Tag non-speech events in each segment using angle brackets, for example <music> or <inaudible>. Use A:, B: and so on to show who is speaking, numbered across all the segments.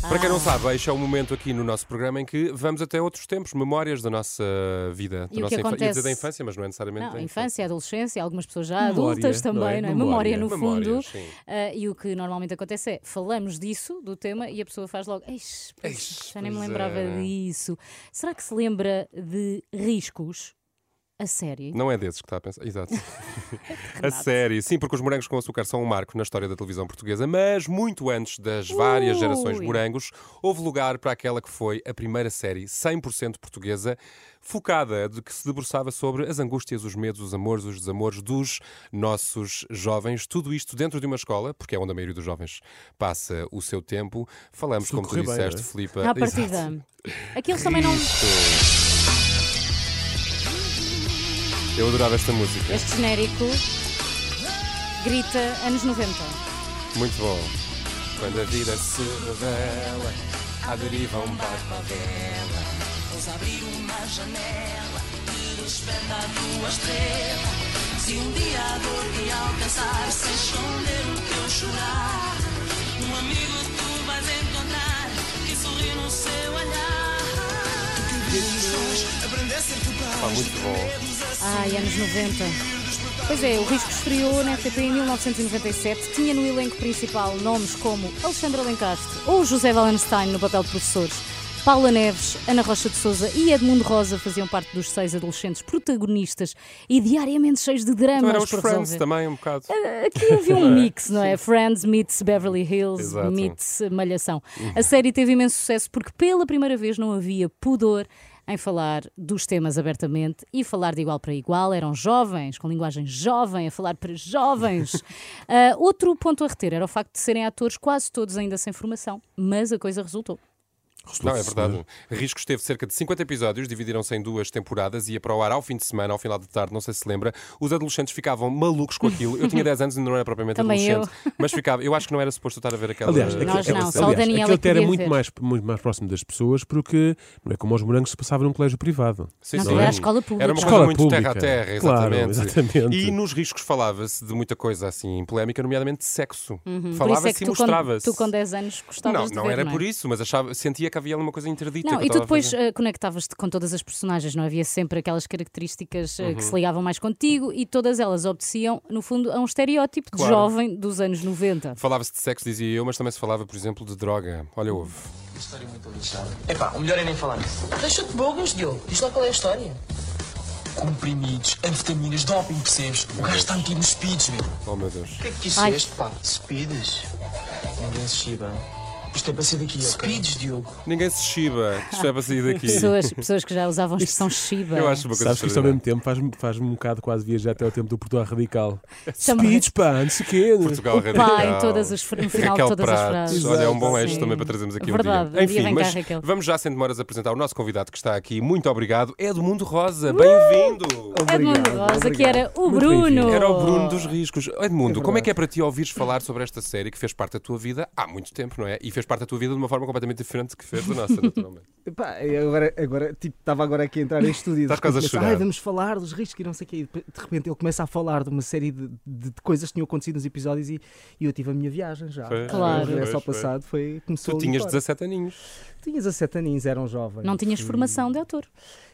A: Para
B: Ah.
A: quem não sabe, este é o momento aqui no nosso programa em que vamos até outros tempos, memórias da nossa vida, da
B: E o
A: nossa
B: que
A: infância. Ia dizer
B: acontece-
A: da infância, mas não é necessariamente
B: Não,
A: da
B: infância, adolescência, algumas pessoas já
A: Memória,
B: adultas também,
A: não é?
B: não é?
A: Memória,
B: Memória, no
A: memória,
B: fundo.
A: sim.
B: Ah, e o que normalmente acontece é falamos disso, do tema, e a pessoa faz logo, "Eis, pois,
A: Eis,
B: já nem me
A: pois
B: lembrava
A: é."
B: disso. Será que se lembra de riscos? A série?
A: Não é desses que está a pensar.
B: <laughs>
A: Exato. a série. Sim, porque os morangos com açúcar são um marco na história da televisão portuguesa, mas muito antes das várias
B: Ui.
A: gerações de morangos, houve lugar para aquela que foi a primeira série 100% portuguesa, focada, de que se debruçava sobre as angústias, os medos, os amores, os desamores dos nossos jovens. Tudo isto dentro de uma escola, porque é onde a maioria dos jovens passa o seu tempo. Falamos,
C: Tudo
A: como tu
C: correr bem,
A: disseste,
C: não é?
A: Filipe.
B: À partida.
A: <laughs>
B: Aqueles também não.
A: Eu adorava esta música.
B: Este genérico grita anos 90.
A: Muito bom. Quando a vida se revela, à deriva um barco à vela.
D: Vamos abrir uma janela e desperta a tua estrela. Se um dia a dor te alcançar, sem esconder o teu chorar, um amigo tu vais encontrar que sorri no seu olhar.
A: Pá, muito bom.
B: Ai, anos 90. Pois é, o Risco estreou na RTP em 1997. Tinha no elenco principal nomes como Alexandre Alencastre ou José Wallenstein no papel de professores. Paula Neves, Ana Rocha de Souza e Edmundo Rosa faziam parte dos seis adolescentes protagonistas e diariamente cheios de
A: Então eram
B: dramas
A: os
B: por
A: Friends
B: resolver.
A: também, um bocado.
B: Aqui havia um mix, não é? Friends meets Beverly Hills
A: Exato. Uhum.
B: meets eh, Malhação. A série teve imenso sucesso porque pela primeira vez não havia pudor em falar dos temas abertamente e falar de igual para igual. Eram jovens, com linguagem jovem, a falar para jovens.
A: <laughs>
B: Ah, outro ponto a reter era o facto de serem atores quase todos ainda sem formação, mas a coisa resultou.
A: Não, é verdade. Riscos teve cerca de 50 episódios, dividiram-se em duas temporadas, ia para o ar ao fim de semana, ao final de tarde, não sei se lembra. Os adolescentes ficavam malucos com aquilo. Eu
B: <laughs>
A: tinha 10 anos e ainda não era propriamente
B: Também eu.
A: adolescente, mas ficava. Eu acho que não era suposto eu estar a ver aquela.
C: Aliás,
A: aquela
B: Nós não, só o
A: série.
C: aliás,
B: Daniel é
C: aquele
B: que
C: até era
B: podia
C: muito
B: ver.
C: mais, muito mais próximo das pessoas porque não é como aos morangos se passava num colégio privado. é?
A: Sim,
B: Não,
A: sim.
B: aquilo era a escola pública.
A: Era uma
C: Escola
A: coisa muito terra a
C: pública.
A: terra,
C: Claro,
A: exatamente.
C: exatamente.
A: E nos riscos falava-se de muita coisa assim, polémica, nomeadamente de sexo.
B: Por isso é
A: Falava-se
B: que
A: e
B: tu com,
A: mostrava-se.
B: tu com 10 anos gostavas
A: Não,
B: de
A: não
B: ver,
A: era
B: não é?
A: por isso, mas achava, sentia que havia ali uma coisa interdita.
B: Não,
A: que eu
B: e tu
A: estava a
B: depois
A: fazer.
B: eh, conectavas-te com todas as personagens, não havia sempre aquelas características eh,
A: Uhum.
B: que se ligavam mais contigo e todas elas obedeciam, no fundo, a um estereótipo de
A: Claro.
B: jovem dos anos 90.
A: Falava-se de sexo, dizia eu, mas também se falava, por exemplo, de droga. Olha, houve.
E: História muito lixada. Epá, o melhor é nem falar nisso.
D: Deixa-te bogos, Diogo. Diz lá qual é a história.
E: Comprimidos, anfetaminas, doping, percebes? O gajo está metido nos speeds, meu. O
A: Oh meu Deus.
E: que é que
B: Ai.
E: disseste, pá? Speeds? Ninguém se chiba. Isto é para ser daqui, Speeds, Diogo.
A: Ninguém se chiba, que isto é para sair daqui.
B: Pessoas, pessoas que já usavam a expressão Shiba.
A: Eu acho uma coisa
C: Sabes que isto é ao
A: extraordinária.
C: mesmo tempo faz-me faz um bocado quase viajar até ao tempo do Portugal Radical.
B: Também.
C: Speeds, pá, não sei o
A: É
C: quê.
A: Portugal
B: Pá,
A: Radical.
B: em todas as, no final
A: Raquel
B: de todas as
A: Pratos.
B: frases.
A: Olha, é um bom
B: Sim.
A: eixo também para trazermos aqui
B: Verdade,
A: um
B: um
A: dia.
B: dia
A: Enfim,
B: vem cá,
A: mas
B: Raquel.
A: vamos já sem demoras apresentar o nosso convidado que está aqui. Muito obrigado. Edmundo Rosa,
B: Uh!
A: bem-vindo.
B: Edmundo
C: Obrigado,
B: Rosa, que era o
C: Muito
B: Bruno.
C: bem-vindo.
A: Era o
B: Oh.
A: Bruno dos Riscos. Edmundo, como é que é para ti ouvires falar sobre esta série que fez parte da tua vida há muito tempo, não é? E fez parte da tua vida de uma forma completamente diferente que fez da nossa, naturalmente.
F: Pá, eu agora, agora, tipo, estava agora aqui a entrar em estúdio.
A: Estás Tá quase a chorar.
F: Ai, vamos falar dos riscos e não sei o quê. E de de repente ele começa a falar de uma série de, de- de coisas que tinham acontecido nos episódios e, e eu tive a minha viagem já.
A: Foi,
B: Claro.
F: O regresso ao
A: foi, foi.
F: passado foi, começou
A: Tu
F: ali
A: tinhas
F: fora.
A: 17 aninhos.
F: Tinha 17 aninhos, eram jovens.
B: Não tinhas
F: Fui-
B: formação de autor.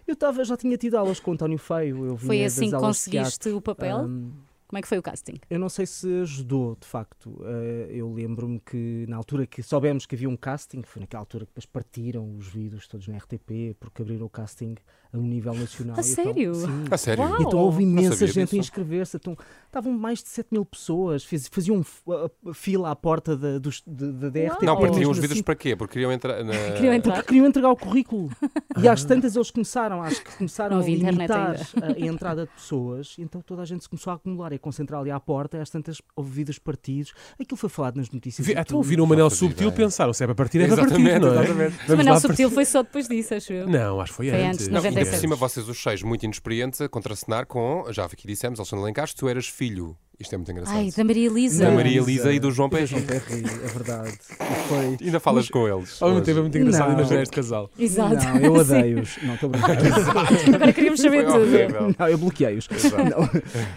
F: Eu tava, já tinha tido aulas com o António Feio. Eu
B: Foi
F: vinha
B: assim
F: das
B: que
F: aulas de
B: conseguiste o papel?
A: Ah.
F: teatro. Ahm,
B: Como é que foi o casting?
F: eu não sei se ajudou, de facto. Eh, eu lembro-me que na altura que soubemos que havia um casting, foi naquela altura que depois partiram os vídeos todos na RTP, porque abriram o casting a um nível nacional.
B: A
F: E então-
B: sério?
F: sim.
A: A sério?
B: Uau.
F: E então houve imensa
A: sabia
F: gente
A: disso.
F: a inscrever-se. Então, estavam mais de 7 mil pessoas, fiz- faziam f- a- a fila à porta da, dos, de- da DRT.
A: Não,
B: Oh.
A: partiam
F: assim,
A: os vídeos para quê? Porque queriam entrar na.
B: Queriam entrar?
F: Porque queriam entregar o currículo. E às tantas eles começaram, acho que começaram
B: Não
F: a
B: havia internet
F: limitar eh, a, a entrada de pessoas, então toda a gente se começou a acumular e a concentrar ali à porta, às tantas houve vídeos partidos, aquilo foi falado nas notícias.
C: Vi,
F: e
C: até
F: tudo.
C: ouviram o Manel
A: fazia
C: Subtil,
A: ideia.
C: pensaram se é para partir, é para partir,
A: Exatamente,
C: não é?
A: exatamente.
C: Vamos
B: O Manuel
C: lá partir.
B: Subtil foi só depois disso, acho eu.
C: Não, acho que foi,
B: Foi antes,
C: antes.
A: Não, e ainda por
B: 96.
A: cima vocês os seis muito inexperientes a contracenar com, já aqui dissemos, Alexandre Lencastre, tu eras filho Isto é muito engraçado.
B: Ai, da Maria Elisa.
A: Da Maria Elisa e do João
F: Pois,
A: Pé.
F: João Perry, é verdade. E foi.
A: Ainda falas com eles.
C: Ao mesmo
A: hoje.
C: tempo é muito engraçado
F: Não.
C: ainda ver este casal.
B: Exato.
F: Não,
B: <laughs>
F: eu odeio-os. Não, estou brincando.
B: Sim. Agora queríamos
A: Foi
B: saber tudo.
A: horrível.
F: <laughs> Não, eu bloqueei-os.
A: Exato.
F: Não, <laughs>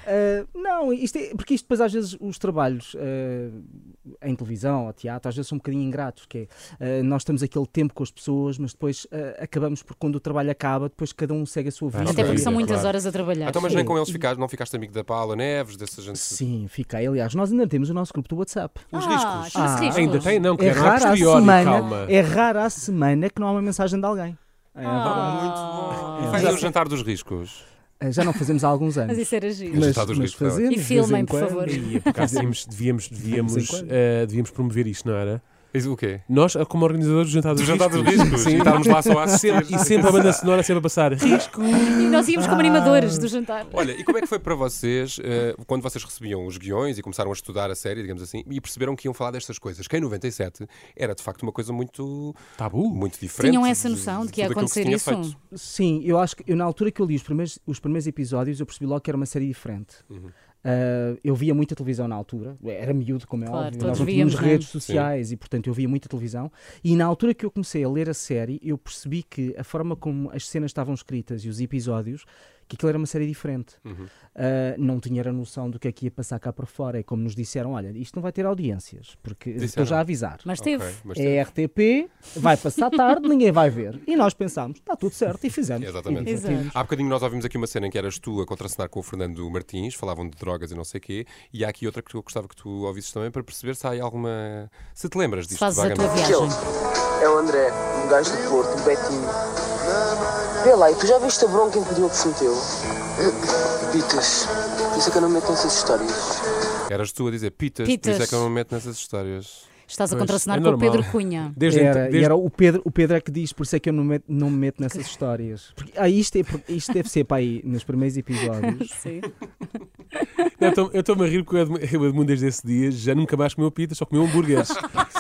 F: Ah, não, isto é, porque isto depois às vezes os trabalhos ah, em televisão ou teatro às vezes são um bocadinho ingratos, que é, ah, nós temos aquele tempo com as pessoas, mas depois ah, acabamos por quando o trabalho acaba, depois cada um segue a sua vida.
B: Até
A: Ok,
B: porque são
A: é
B: muitas
A: claro.
B: horas a trabalhar.
A: Então, mas nem
F: Sim.
A: com eles ficaste, não ficaste amigo da Paula Neves, dessa gente.
F: Sim, fiquei. Aliás, nós ainda temos o nosso grupo do WhatsApp.
A: Os
B: ah,
A: riscos.
B: chama-se
F: Ah,
B: riscos.
C: Ainda tem, não, que
F: É
C: era a
F: raro à
C: posteriori,
F: semana,
C: calma.
F: é raro à semana que não há uma mensagem de alguém. É verdade.
B: Ah,
A: E fazem o jantar dos riscos.
F: Ah, Já não fazemos há alguns anos.
B: Mas isso era giro.
A: Mas- Está dos riscos, está bem.
F: fazemos
B: E
F: de vez
B: filmem,
F: em
B: por
F: quando.
B: favor.
C: E, por acaso, devíamos, devíamos, devíamos,
F: Vamos em quando.
C: eh, devíamos promover isto, não era?
A: Isso O quê?
C: Nós, como organizadores do Jantar dos
A: Os jantar dos
C: Riscos.
A: riscos. E estávamos lá só a assistir.
C: E sempre a banda sonora sempre a passar risco.
B: E nós íamos como animadores do jantar.
A: Ah. Olha, e como é que foi para vocês eh, quando vocês recebiam os guiões e começaram a estudar a série, digamos assim, e perceberam que iam falar destas coisas? Que em 97 era de facto uma coisa muito,
C: Tabu.
A: muito diferente.
B: Tinham essa
A: de-
B: noção de que ia
A: tudo aquilo se
B: acontecer
A: tinha
B: isso?
A: feito.
F: Sim, eu acho que eu, na altura que eu li os primeiros, os primeiros episódios, eu percebi logo que era uma série diferente. Ah, eu via muita televisão na altura, era miúdo, como é
B: Claro,
F: óbvio,
B: todos
F: nós não tínhamos
B: víamos, não é?
F: redes sociais e, portanto, eu via muita televisão. E na altura que eu comecei a ler a série, eu percebi que a forma como as cenas estavam escritas e os episódios, que aquilo era uma série diferente. Ah, não tinha a noção do que é que ia passar cá para fora. E como nos disseram, olha, isto não vai ter audiências, porque estou
A: Disseram.
F: já a avisar.
B: Mas
A: Ok,
B: teve.
A: mas teve.
F: É RTP, vai passar tarde, ninguém vai ver. E nós pensámos, está tudo certo, e fizemos.
A: Exatamente.
F: E
B: Exato.
F: divertimos.
A: Há bocadinho nós ouvimos aqui uma cena em que eras tu a contracenar com o Fernando Martins, falavam de drogas e não sei o quê, e há aqui outra que eu gostava que tu ouvisses também para perceber se há aí alguma. Se te lembras
B: Se
A: disto
B: fazes a tua
A: vagamente.
B: viagem.
E: É o André, um gajo do Porto, um Betinho. Vê lá, e tu já viste a bronca em que o Diogo se meteu? Pitas, por isso é que eu não me meto nessas histórias.
A: Eras tu a dizer pitas, por
B: Pitas.
A: isso é que eu não me meto nessas histórias.
B: Estás a
C: Pois,
B: contracenar
C: é
B: com o
C: normal.
B: Pedro Cunha.
C: Desde, então,
F: Era,
C: desde
F: E era o Pedro, o Pedro é que diz, por isso é que eu não me meto, não me meto nessas histórias. Porque, ah, isto, é, porque isto deve ser para aí, nos primeiros episódios.
B: Sim.
C: Não, eu tô- Eu estou-me a rir porque o Edmu- o Edmundo desde esse dia já nunca mais comeu pita, só comeu
F: <laughs>
C: hambúrgueres.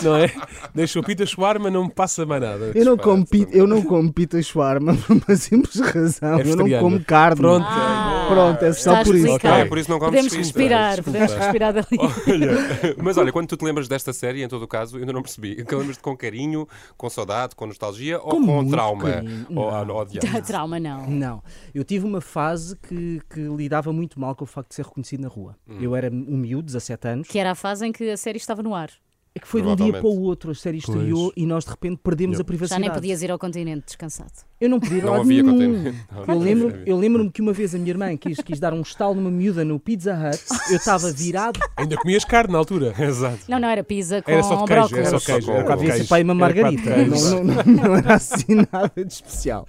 C: não é? Deixou pita soar, mas não me passa mais nada.
F: Eu não, como
A: Disparate,
F: pita, eu não como pita shawarma <laughs> por uma simples razão.
C: É
F: eu não
C: vegetariano.
F: como carne.
C: Pronto.
F: Pronto, é só
B: Está
F: por isso.
B: explicado.
A: Ah, por isso não comes
B: Podemos
A: pita.
B: respirar, podemos respirar dali. <laughs>
F: <laughs>
A: Olha, mas olha, quando tu te lembras desta série, em todo o caso, eu ainda não percebi. Que lembras-te com carinho, com saudade, com nostalgia ou
F: Com
A: com
F: muito
A: trauma?
F: carinho.
A: Ou, ah, ou,
F: Não.
A: odiar?
B: Trauma não.
F: Não, eu tive uma fase que, que lidava muito mal com o facto de ser reconhecido na rua. Eu era um miúdo, 17 anos,
B: Que era a fase em que a série estava no ar.
F: é que foi de um dia para
A: Provavelmente.
F: o outro, a série estreou e nós de repente perdemos a
B: Já
F: privacidade.
B: nem podias ir ao continente descansado.
F: Eu não podia ir a
A: Não
F: lado
A: havia
F: nenhum.
A: <laughs> conteúdo.
F: Eu lembro-me eu lembro que uma vez a minha irmã quis, quis dar um estalo numa miúda no Pizza Hut, eu estava virado,
C: Ainda comias carne na altura.
A: Exato.
B: Não, não, era pizza com
C: Era só de queijo,
B: brócolis.
C: era só
A: Só
C: queijo.
A: com-
C: Era com
A: Havia
F: havia
C: queijo.
F: sempre aí uma
C: Era quatro
F: margarita,
C: queijos.
F: não, não, não, não era assim <laughs> nada de especial.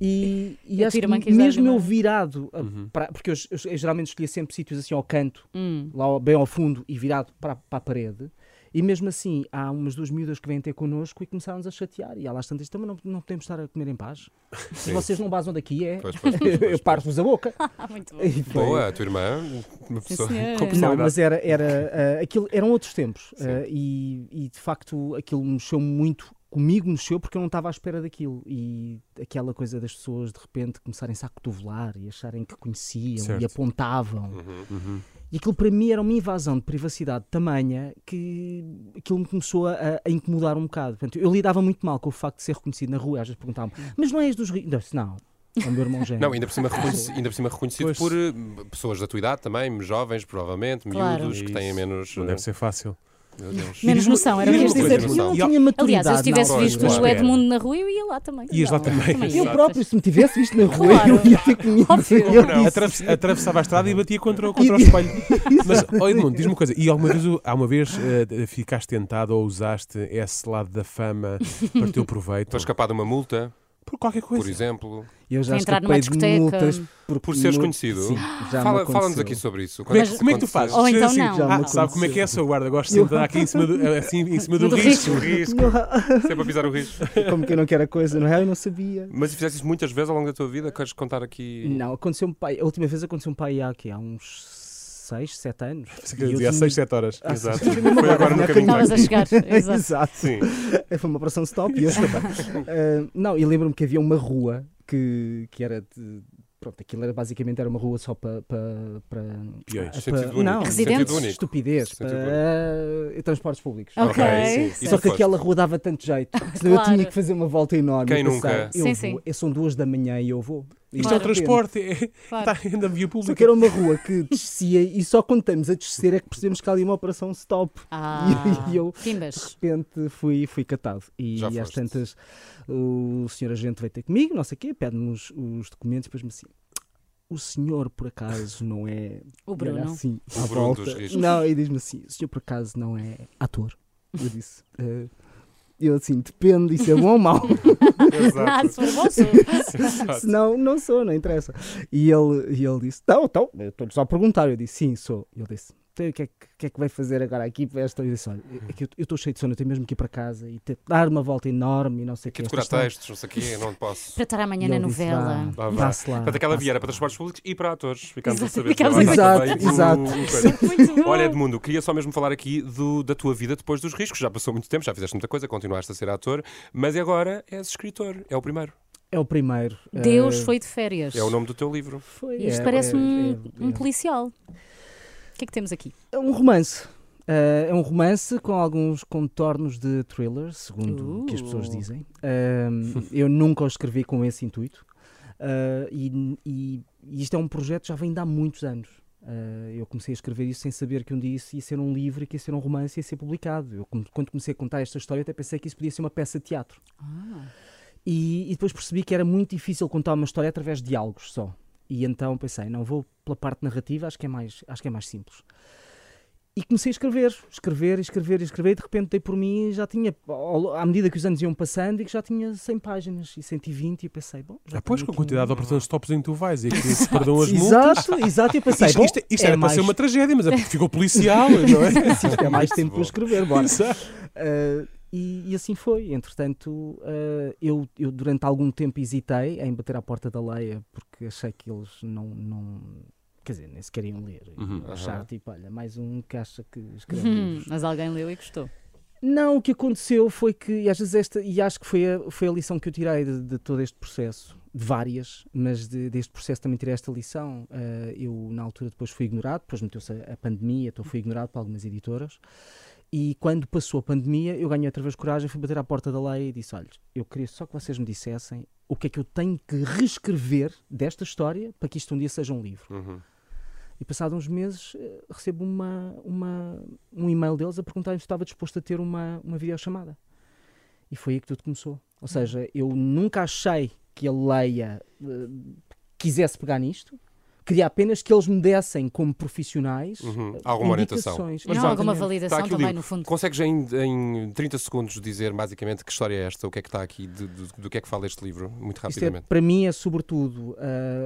F: E, e
B: A
F: acho
B: tua irmã
F: que
B: quis dar-lhe
F: mesmo eu
B: uma-
F: virado, a-
A: Uhum.
F: para- porque eu, eu- eu geralmente escolhia sempre sítios assim ao canto, lá ao- bem ao fundo e virado para, para a parede. E mesmo assim, há umas duas miúdas que vêm ter connosco e começaram-nos a chatear. E há lá as tantas, também não, não podemos estar a comer em paz. Se vocês não basam daqui, é.
A: Pois, pois, pois, pois,
F: <laughs> eu parto-vos
A: <laughs>
F: a boca.
B: Ah, muito bom.
F: E foi-
A: Boa, a tua irmã, uma pessoa
B: senhor.
A: <laughs> com
F: não,
A: personalidade.
F: mas era, era ah, aquilo, eram outros tempos Ah, e, e, de facto aquilo mexeu muito comigo mexeu porque eu não estava à espera daquilo e aquela coisa das pessoas de repente começarem-se a cotovelar e acharem que conheciam
C: Certo.
F: e apontavam
B: Uhum.
F: e aquilo para mim era uma invasão de privacidade tamanha que aquilo me começou a, a incomodar um bocado. Portanto, eu lidava muito mal com o facto de ser reconhecido na rua. Às vezes perguntavam mas não é és dos ricos? Não, eu disse, Não, é o meu irmão gêmeo.
A: Não, ainda por cima, reconheci- ainda por cima reconhecido
C: Pois.
A: por eh, pessoas da tua idade também, jovens, provavelmente,
B: Claro.
A: miúdos,
F: É
A: que têm
C: Isso.
A: menos.
C: Não
A: eh,
C: deve ser fácil.
A: meu Deus.
B: Menos noção, era o que
A: diz-me
B: ias
A: uma coisa, Nuno.
B: dizer.
F: Eu não
C: E ao-
F: tinha maturidade.
B: Aliás, eu se
F: na
B: tivesse
F: altura.
B: visto
A: Claro.
B: o Edmundo na rua, eu ia lá também.
C: Ias lá
B: Não,
C: também.
B: ia.
F: Eu próprio, se me tivesse visto na rua,
B: Claro.
F: eu ia ter comido.
B: Óbvio.
F: Eu disse,
C: Atraves- Atravessava a estrada e batia contra, o- contra o
F: <laughs>
C: espelho. Mas, oh Edmundo, diz-me uma coisa. E alguma vez, o- alguma vez eh, ficaste tentado ou usaste esse lado da fama para o teu proveito?
A: Para escapar de uma multa,
C: Por qualquer coisa.
A: por exemplo.
F: Eu já
B: Para entrar numa
F: escapei de
B: discoteca.
F: multas
A: Por seres
F: mu-
A: conhecido?
F: Sim, já me
A: Fala-
F: aconteceu.
A: Fala-nos
F: <laughs>
A: aqui sobre isso.
C: Como é, que,
A: Quando-
C: como é que tu
A: quando-
C: fazes?
B: Ou então
C: Assim,
B: não.
F: Já me
C: ah, sabe como é que é,
F: assim.
C: seu guarda? Gosto de sentar aqui em cima do, assim, em cima do,
B: Do
C: risco.
A: O risco. Sempre a pisar o risco.
F: Como que eu não quero a coisa, não é? Eu não sabia.
A: Mas se fizeste isso muitas vezes ao longo da tua vida, queres contar aqui.
F: Não, aconteceu um pai. A última vez aconteceu um pai há aqui, há uns 6, 7 anos.
C: Quer dizer, Há 6, 7 horas.
A: Exato.
F: Ah, sim, sim,
A: Foi agora um bocadinho.
B: Estavas a chegar,
A: <laughs>
B: exato.
F: Exato. É,
A: Sim.
F: Foi uma operação
A: <laughs>
F: stop e eu escapei. Ah, Não, e lembro-me que havia uma rua que, que era de- Pronto, aquilo era basicamente era uma rua só para. para, para
C: Peões.
F: pa-
A: Sentido único.
F: Ah, Não,
B: Residentes?
A: Sentido único.
F: estupidez.
A: Sentido
F: para, eh, transportes públicos.
A: Ah,
B: Ok.
A: Ok, sim.
B: sim.
A: Isso
F: Só que
A: foste.
F: aquela rua dava tanto jeito. que Senão
B: Claro.
F: eu tinha que fazer uma volta enorme.
A: Quem
F: e pensar,
A: nunca?
B: Sim,
F: Eu vou,
B: sim.
F: é- são duas da manhã e eu vou.
C: Isto é
B: Claro.
C: o transporte, é,
B: Claro.
C: está na via
F: Só
C: pública.
F: que era uma rua que descia e só quando estamos a descer é que percebemos que há ali uma operação stop.
B: Ah,
F: E eu- De
B: Timbas.
F: repente fui, fui catado. E
A: Já
F: às
A: foste.
F: tantas o senhor agente veio ter comigo, não sei o quê, pede-me os, os documentos e depois-me assim. O senhor, por acaso, não é.
B: O
F: E olha
B: <laughs> Bruno.
F: assim,
A: O
F: à
A: Bruno
F: volta.
A: dos riscos.
F: Não, e diz-me assim: o senhor, por acaso, não é ator? Eu disse. "Eh, eu assim, depende, isso é bom ou mau?
A: <laughs>
B: Ah,
A: Exato.
B: se for bom, sou.
F: Se não, não sou, não interessa. E ele, e ele disse: Não, então, eu estou-lhe só a perguntar. Eu disse: Sim, sou. E ele disse: Então, o que, é que, o que é que vai fazer agora aqui para esta? Eu disse: Olha, é que eu estou cheio de sono, eu tenho mesmo que ir para casa e ter, dar uma volta enorme e não sei o
A: Que
F: que.
A: decorar textos, não sei o quê, não posso.
B: Para estar amanhã na novela.
A: Lá vai.
F: Vá-se lá.
A: Portanto, aquela
F: vá-se
A: viera
F: lá.
A: para transportes públicos e para atores. Ficámos a
B: Exato,
A: saber.
B: ficámos
A: também.
F: a saber.
A: Também
F: Exato,
A: o- o-
B: Isso
A: coisa.
B: é Muito bom.
A: Olha, Edmundo, queria só mesmo falar aqui do- da tua vida depois dos riscos. Já passou muito tempo, já fizeste muita coisa, continuaste a ser ator, mas agora és escritor, é o primeiro.
F: É o primeiro.
B: Deus
F: eh,
B: foi de férias.
A: É o nome do teu livro.
F: foi.
B: Isto
F: é,
B: parece
F: é,
B: um,
F: é,
B: um
F: é.
B: policial. O que é que temos aqui?
F: É um romance. Ah, é um romance com alguns contornos de thriller, segundo o que as pessoas
B: Uh.
F: dizem. Ahm, eu nunca o escrevi com esse intuito. Ah, e, e- e isto é um projeto que já vem de há muitos anos. Ah, eu comecei a escrever isso sem saber que um dia isso ia ser um livro, e que ia ser um romance e ia ser publicado. Eu, com- quando comecei a contar esta história, até pensei que isso podia ser uma peça de teatro. E, e depois percebi que era muito difícil contar uma história através de diálogos só. E então pensei, não vou pela parte narrativa, acho que é mais, acho que é mais simples. E comecei a escrever, escrever, escrever, escrever, e de repente dei por mim e já tinha, ao- à medida que os anos iam passando, e que já tinha 100 páginas e 120, e eu pensei, bom, já
C: Ah, pois,
F: tenho
C: com a
F: aqui
C: quantidade de
F: um-
C: operações tops em que tu vais e que se perdão as multas.
F: Exato,
C: <laughs>
F: exato, e eu pensei,
C: Isto,
F: bom,
C: isto, isto
F: é
C: era para
F: mais,
C: ser uma tragédia, mas é porque ficou
F: <laughs>
C: policial, não é?
F: isto
C: <laughs>
F: é mais tempo para
A: boa.
F: escrever, bora.
C: Exato.
F: Ah, e, e assim foi. Entretanto, ah, eu, eu durante algum tempo hesitei em bater à porta da Leia porque achei que eles não. não quer dizer, nem sequer iam ler.
A: Uhum,
F: Achar
A: aham.
F: tipo, olha, mais um que acha que escreve
B: Hum,
F: livros.
B: <laughs> mas alguém leu e gostou.
F: Não, o que aconteceu foi que, e às vezes esta, e acho que foi a, foi a lição que eu tirei de, de todo este processo, de várias, mas de- deste processo também tirei esta lição. Ah, eu, na altura, depois fui ignorado, depois meteu-se a, a pandemia, então fui ignorado por algumas editoras. E quando passou a pandemia, eu ganhei outra vez coragem, fui bater à porta da lei e disse: Olha, eu queria só que vocês me dissessem o que é que eu tenho que reescrever desta história para que isto um dia seja um livro.
A: Uhum.
F: E passado uns meses eh, recebo uma, uma, um e-mail deles a perguntar se estava disposto a ter uma, uma videochamada. E foi aí que tudo começou.
A: Uhum.
F: Ou seja, eu nunca achei que a Leia eh, quisesse pegar nisto. Queria apenas que eles me dessem, como profissionais,
A: Uhum.
F: eh,
A: Alguma orientação.
F: indicações.
B: Não, alguma
F: Exatamente.
A: Está
B: validação
A: aqui o
B: também,
A: livro.
B: no fundo.
A: Consegues em, em 30 segundos dizer basicamente que história é esta, o que é que está aqui, de- de- do que é que fala este livro, muito
F: Isto é,
A: rapidamente.
F: para mim é sobretudo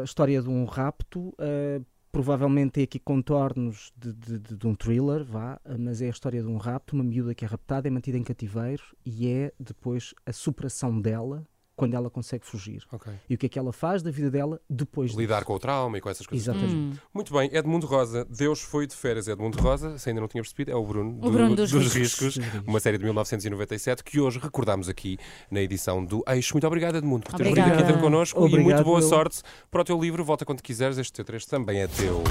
F: a história de um rapto, eh, provavelmente tem aqui contornos de, de- de- de um thriller, vá, eh, mas é a história de um rapto, uma miúda que é raptada, é mantida em cativeiro e é depois a superação dela quando ela consegue fugir.
A: Ok.
F: E o que é que ela faz da vida dela depois
A: Lidar
F: disso.
A: com o trauma e com essas coisas.
F: Exatamente.
B: Hum.
A: Muito bem, Edmundo Rosa, Deus foi de férias, Edmundo Rosa, se ainda não tinha percebido, é o Bruno,
B: O Bruno dos
A: Riscos, uma série de 1997 que hoje recordamos aqui na edição do Eixo. Muito obrigado, Edmundo, por teres vindo
B: Obrigada.
A: aqui ter connosco e
F: Obrigado,
A: muito boa
F: eu.
A: sorte para o teu livro. Volta quando quiseres, este T3 também é teu.